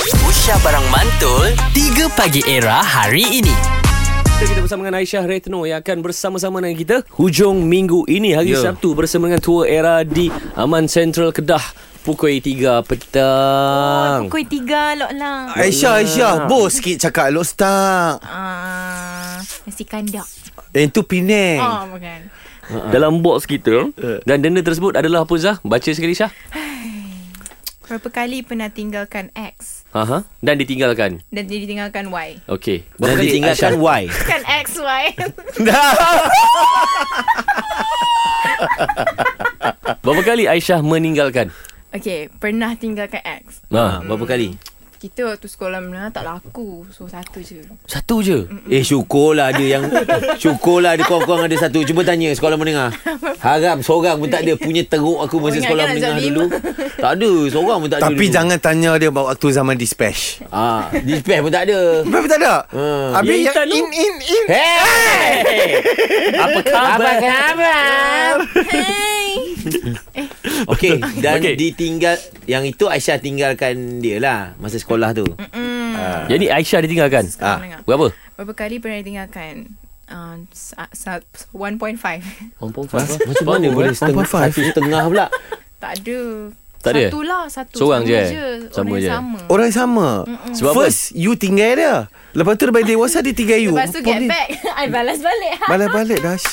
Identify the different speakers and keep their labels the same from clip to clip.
Speaker 1: Aisyah Barang Mantul 3 Pagi Era hari ini
Speaker 2: Kita kita bersama dengan Aisyah Retno yang akan bersama-sama dengan kita hujung minggu ini hari
Speaker 3: Ya.
Speaker 2: yeah. Sabtu bersama dengan Tua Era di Aman Central Kedah pukul 3 petang.
Speaker 4: Pukul tiga lah. Lok lang
Speaker 2: Eh.
Speaker 3: Aisyah, Aisyah. Bos sikit cakap Lok Star.
Speaker 4: Ah, Nasi kandak
Speaker 3: Eh, tu Penang.
Speaker 4: Oh bukan
Speaker 2: Dalam box kita dan denda tersebut adalah apa Zah? Baca sekali Syah.
Speaker 4: Berapa kali pernah tinggalkan X
Speaker 2: Aha. Dan ditinggalkan.
Speaker 4: Dan dia ditinggalkan Y
Speaker 2: Okey.
Speaker 3: Dan
Speaker 2: Jadi,
Speaker 3: ditinggalkan
Speaker 2: Aisyah,
Speaker 3: why?
Speaker 4: Kan X, Y
Speaker 2: Berapa kali Aisyah meninggalkan?
Speaker 4: Okay Pernah tinggalkan X
Speaker 3: Ah,
Speaker 2: Ha, berapa kali?
Speaker 4: Kita waktu sekolah menengah tak laku So satu je
Speaker 2: Satu je.
Speaker 3: Eh, syukurlah ada yang... syukurlah ada korang-korang ada satu. Cuba tanya sekolah menengah. Haram, seorang pun tak ada. Punya teruk aku masa
Speaker 4: Oh, ingatkan
Speaker 3: sekolah
Speaker 4: nak
Speaker 3: menengah
Speaker 4: jawab
Speaker 3: dulu. Tak ada. Seorang pun tak ada
Speaker 5: Tapi
Speaker 3: dulu.
Speaker 5: jangan tanya dia bawa waktu zaman dispatch.
Speaker 3: Ah, dispatch pun tak ada.
Speaker 5: Apa tak ada?
Speaker 3: Hmm.
Speaker 5: Habis
Speaker 2: Ya,
Speaker 5: yang
Speaker 2: Intan tu.
Speaker 5: in in in.
Speaker 3: Hey!
Speaker 2: Apa khabar?
Speaker 3: khabar?
Speaker 4: Hey
Speaker 3: Okey, dan
Speaker 2: Okey.
Speaker 3: ditinggal... Yang itu Aisyah tinggalkan dia lah. Masa sekolah tu.
Speaker 2: Jadi Aisyah ditinggalkan.
Speaker 4: Sekolah
Speaker 3: Ah.
Speaker 4: menengah
Speaker 2: Berapa?
Speaker 4: Berapa kali pernah tinggalkan uh, 1.5
Speaker 3: Macam mana
Speaker 5: eh.
Speaker 3: boleh setengah, satu setengah pula?
Speaker 4: Tak ada
Speaker 2: Tak ada?
Speaker 4: Satu lah satu
Speaker 2: Seorang
Speaker 4: sama
Speaker 2: je, eh?
Speaker 4: je.
Speaker 2: Sama
Speaker 4: Orang
Speaker 2: je. Oh,
Speaker 4: sama
Speaker 5: Orang sama.
Speaker 2: Sebab apa?
Speaker 5: First you tinggal dia. Lepas tu lepas dewasa dia tinggal you.
Speaker 4: Lepas tu get
Speaker 5: Problem.
Speaker 4: back I balas balik
Speaker 5: Balik-balik Dash.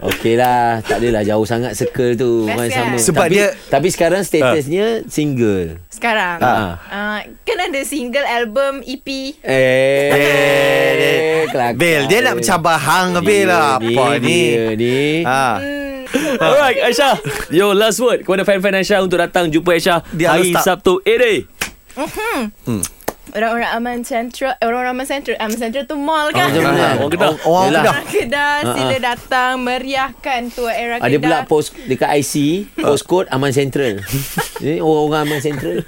Speaker 3: Okey lah Tak adalah jauh sangat circle tu
Speaker 4: Best
Speaker 3: Orang
Speaker 4: kan?
Speaker 3: sama
Speaker 5: Sebab
Speaker 3: tapi,
Speaker 5: dia- Ha.
Speaker 3: Tapi sekarang statusnya single
Speaker 4: Sekarang
Speaker 3: Ah.
Speaker 4: uh, Kan ada single album E EP
Speaker 3: Eh, eh kelakar.
Speaker 5: Bel, dia nak mencabar hang ke Bel lah. Apa
Speaker 3: Dia
Speaker 5: ni?
Speaker 3: ni
Speaker 5: Ha.
Speaker 2: Alright Aisyah Yo last word Kepada fan-fan Aisyah Untuk datang jumpa Aisyah
Speaker 5: Dia
Speaker 2: Hari
Speaker 5: harus tak-
Speaker 2: Sabtu Eh deh
Speaker 4: Orang-orang Aman Central eh, Orang-orang Aman Central Aman Central tu mall kan
Speaker 3: Oh, macam mana? Ah,
Speaker 2: Orang Kedah
Speaker 5: Orang
Speaker 3: Yelah.
Speaker 5: Kedah.
Speaker 4: Orang Kedah Sila datang Meriahkan eh, Tua era Kedah
Speaker 3: ada pula post dekat IC
Speaker 5: Ha.
Speaker 3: postcode Aman Central. Ni orang-orang Aman Central.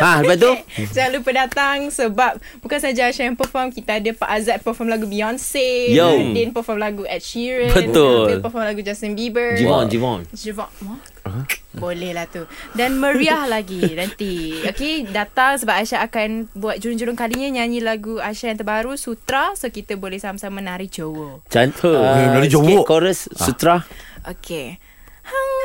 Speaker 3: ha, lepas tu
Speaker 4: Eh, Jangan lupa datang Sebab Bukan saja Aisyah yang perform Kita ada Pak Azad perform lagu Beyonce
Speaker 3: Yo.
Speaker 4: Din perform lagu Ed Sheeran
Speaker 2: Betul.
Speaker 4: Nabil perform lagu Justin Bieber
Speaker 3: Jivon, Jivon.
Speaker 4: Jevak Wah. Boleh lah tu Dan meriah lagi nanti Okay datang sebab Aisyah akan Buat jurung-jurung kalinya Nyanyi lagu Aisyah yang terbaru Sutra So kita boleh sama-sama nari Jowo
Speaker 3: Cantik.
Speaker 5: Eh,
Speaker 3: Uh,
Speaker 5: dari Johor.
Speaker 3: sikit chorus
Speaker 5: Ha.
Speaker 3: sutra.
Speaker 4: Okay Hangalangut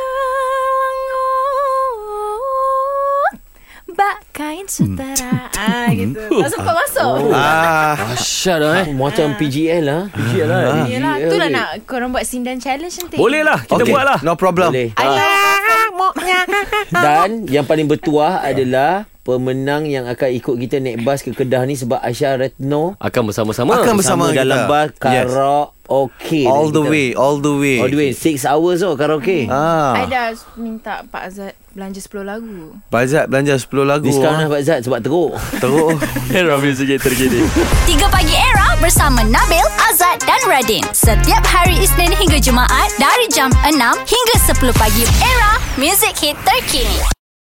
Speaker 4: Bakain sutera Ah gitu Tak sempat masuk
Speaker 5: Ah.
Speaker 2: Aisyah dah
Speaker 3: Ha, macam PGL lah.
Speaker 2: Sikit lah
Speaker 3: Ah.
Speaker 4: Yelah
Speaker 3: Gila,
Speaker 4: tu lah
Speaker 3: weh.
Speaker 4: nak Korang buat sindan challenge nanti
Speaker 2: Boleh lah Kita
Speaker 5: Okay,
Speaker 2: buat lah
Speaker 5: No problem.
Speaker 3: Boleh.
Speaker 4: Alah Moknya
Speaker 3: Dan yang paling bertuah adalah pemenang yang akan ikut kita naik bas ke Kedah ni sebab Aisyah Retno
Speaker 2: Akan bersama-sama
Speaker 5: Akan bersama. kita.
Speaker 3: dalam bas
Speaker 5: Yes.
Speaker 3: karaoke.
Speaker 5: All the
Speaker 3: kita.
Speaker 5: way, all the way.
Speaker 3: All the way. Six hours oh karaoke.
Speaker 4: I
Speaker 5: Ah.
Speaker 4: dah minta Pak Azad Belanja 10 lagu
Speaker 5: Bazat belanja 10 lagu.
Speaker 3: Diskaun lah
Speaker 5: ah.
Speaker 3: Pak Zat sebab teruk.
Speaker 5: Teruk.
Speaker 2: Era music terkini
Speaker 6: 3 Pagi Era bersama Nabil, Azad dan Radin. Setiap hari Isnin hingga Jumaat dari jam 6 hingga 10 pagi. Era, music hit terkini.